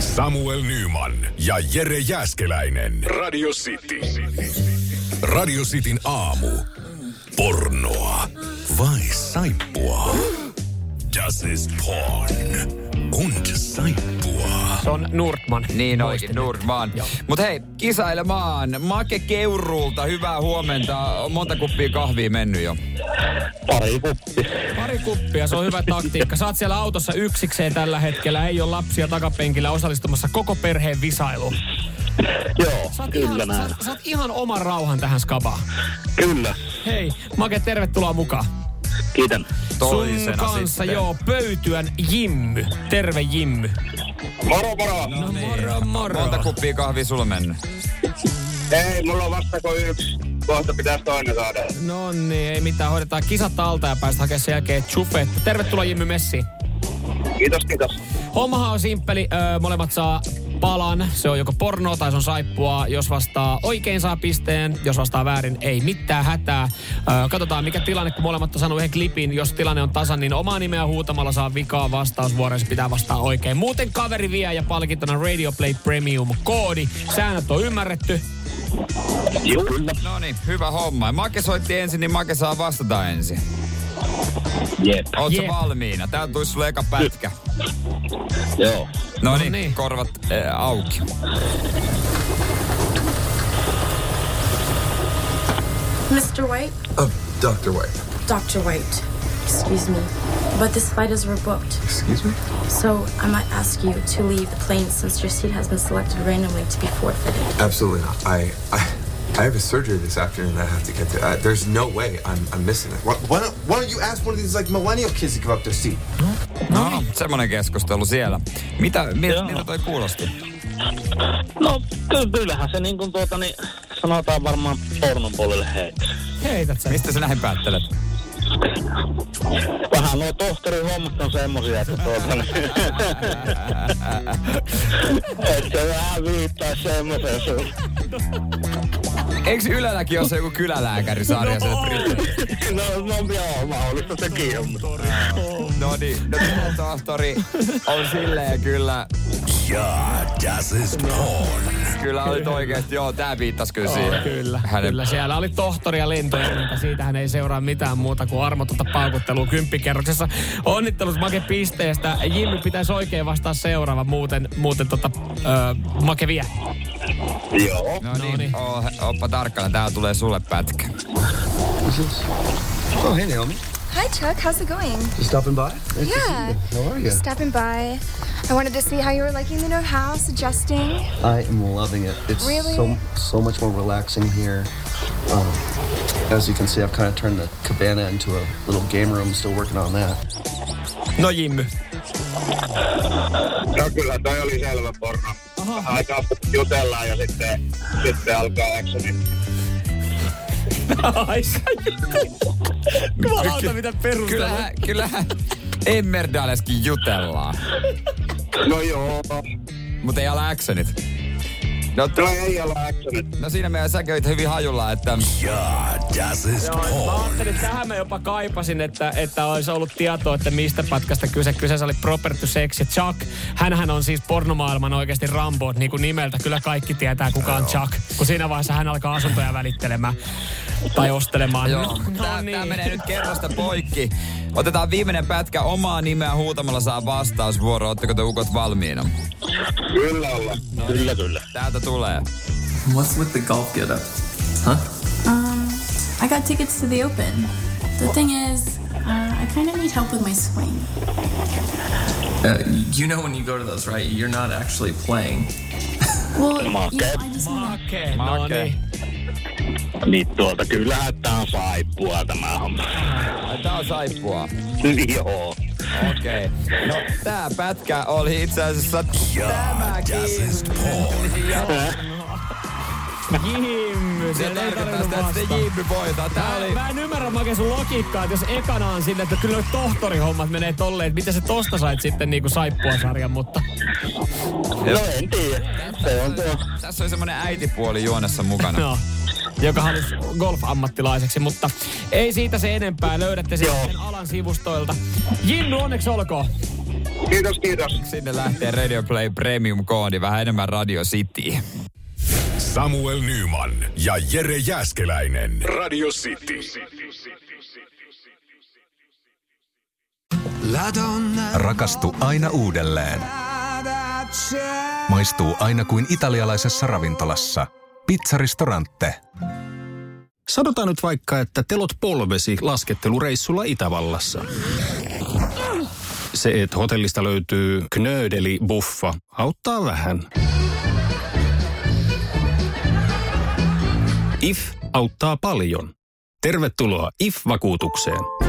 Samuel Nyman ja Jere Jäskeläinen. Radio City. Radio Cityn aamu. Pornoa vai saippua? Das ist porn. Und saippua. Se on Nurtman. Niin Muistin onkin, nyt. Nurman. Mutta hei, kisailemaan. Make Keurulta, hyvää huomenta. On monta kuppia kahvia mennyt jo. Pari kuppi. Pari kuppia, se on hyvä taktiikka. Saat siellä autossa yksikseen tällä hetkellä. Ei ole lapsia takapenkillä osallistumassa koko perheen visailuun. Joo, Saat kyllä ihan, näin. saat, saat ihan oman rauhan tähän skabaan. Kyllä. Hei, Make, tervetuloa mukaan. Kiitän. Sun Toisena kanssa, sitten. joo, Pöytyän Jimmy. Terve Jimmy. Moro, moro. No moro, moro. Monta kuppia kahvia sulla mennyt? Ei, mulla on vasta kuin yksi. Kohta pitäisi toinen saada. No niin, ei mitään. Hoidetaan kisat alta ja päästään hakemaan sen jälkeen chufet. Tervetuloa Jimmy Messi. Kiitos, kiitos. Hommahan on simppeli. Öö, molemmat saa palan. Se on joko porno tai se on saippua. Jos vastaa oikein saa pisteen, jos vastaa väärin ei mitään hätää. Öö, katsotaan mikä tilanne, kun molemmat on saanut yhden klipin. Jos tilanne on tasan, niin omaa nimeä huutamalla saa vikaa vastausvuorossa pitää vastaa oikein. Muuten kaveri vie ja palkintona Radio Play Premium koodi. Säännöt on ymmärretty. Joo, kyllä. No niin, hyvä homma. Ja Make soitti ensin, niin Make saa vastata ensin. Jep. Oot Jep. yeah. valmiina? Täällä tulisi sulle eka pätkä. Joo. No No niin. No niin, korvat äh, auki. Mr. White? Uh, Dr. White. Dr. White. Excuse me. But the spiders were booked. Excuse me? So I might ask you to leave the plane since your seat has been selected randomly to be forfeited. Absolutely not. I, I, I have a surgery this afternoon that I have to get to. Uh, there's no way I'm, I'm missing it. Why, why, don't, why don't you ask one of these like millennial kids to give up their seat? No, no niin. semmonen keskustelu siellä. Mitä, miltä, miltä toi kuulosti? No, ky- kyllähän se niin kuin tuota, niin sanotaan varmaan pornon puolelle heitä. Heität sen. Mistä sä näin päättelet? Vähän nuo tohtorin hommat on semmosia, että tuota, niin... että se vähän viittaa semmoisen sun. Eiks Ylälläkin ole se joku kylälääkärisarja? No, No, no joo, mahdollista sekin on. mutta- no niin, no tuo tohtori on silleen kyllä, Ja, das ist porn. kyllä olit oikeesti, joo, tää viittas kyllä siihen. Kyllä, Hänen kyllä. Siellä oli tohtori ja lentoemäntä. Siitähän ei seuraa mitään muuta kuin armotonta paukuttelua kymppikerroksessa. Onnittelut Make pisteestä. Jimmy pitäisi oikein vastaa seuraava, muuten, muuten tota, ö, Make vie. Joo. No No niin. niin, oo- oppa tarkkana, tää tulee sulle pätkä. Oh, hey, Naomi. Hi, Chuck. How's it going? You stopping by? Nice Yeah. How are you? Stopping by. I wanted to see how you were liking the new house, adjusting. I am loving it. It's Really? so so much more relaxing here. Um, as you can see, I've kind of turned the cabana into a little game room. Still working on that. No Jimmy. No kyllä toi oli selvä porno. Aikaa jutellaan ja sitten, sitten alkaa actioni. Ai sä Jumalauta, mitä perustelua. Kyllähän, kyllähän Emmerdaleskin jutellaan, No joo. mutta ei ala actionit. No, No t- ei olla actionit. no siinä meidän säköit hyvin hajulla, että Ja, Ah, das ist Joo, Mä porn. ajattelin, että tähän mä jopa kaipasin, että, että olisi ollut tietoa, että mistä pätkästä kyse. Kyseessä oli Proper to Sex ja Chuck. Hänhän on siis pornomaailman oikeasti Rambo niin kuin nimeltä. Kyllä kaikki tietää, kuka on Chuck. Kun siinä vaiheessa hän alkaa asuntoja välittelemään tai ostelemaan. Joo, tää, tää menee nyt kerrosta poikki. Otetaan viimeinen pätkä omaa nimeä huutamalla saa vastausvuoro. Ootteko te ukot valmiina? Kyllä ollaan. Kyllä kyllä. Täältä tulee. What's with the golf getup? Um, I got tickets to the Open. The thing is, uh, I kind of need help with my swing. Uh, you know when you go to those, right? You're not actually playing. Well, you know, Make. I just want Okei, no Make. niin. Niin tuolta kyllähän tää on saippua tämä homma. Ai, Tää on saippua. joo. Okei. Okay. No, tää pätkä oli itse asiassa Ja, das ist porn. Jimmy, Se siellä ei tarkoittaa tarvinnut sitä, että vastata. se Jimmy voittaa. Tää Mä- oli... Mä en ymmärrä Make sun logiikkaa, että jos ekana on sillä, että kyllä noi tohtorihommat menee tolleen, että miten sä tosta sait sitten niinku saippua sarjan, mutta... No en tiedä. Se on tuo. Tässä oli semmonen äitipuoli juonessa mukana. No, joka halusi golf-ammattilaiseksi, mutta ei siitä se enempää. Löydätte sen Joo. sen alan sivustoilta. Jinnu, onneksi olkoon. Kiitos, kiitos. Sinne lähtee Radio Play Premium-koodi, vähän enemmän Radio City. Samuel Nyman ja Jere Jäskeläinen. Radio City. Rakastu aina uudelleen. Maistuu aina kuin italialaisessa ravintolassa. Pizzaristorante. Sanotaan nyt vaikka, että telot polvesi laskettelureissulla Itävallassa. Se, että hotellista löytyy knöydeli buffa, auttaa vähän. IF auttaa paljon. Tervetuloa IF-vakuutukseen.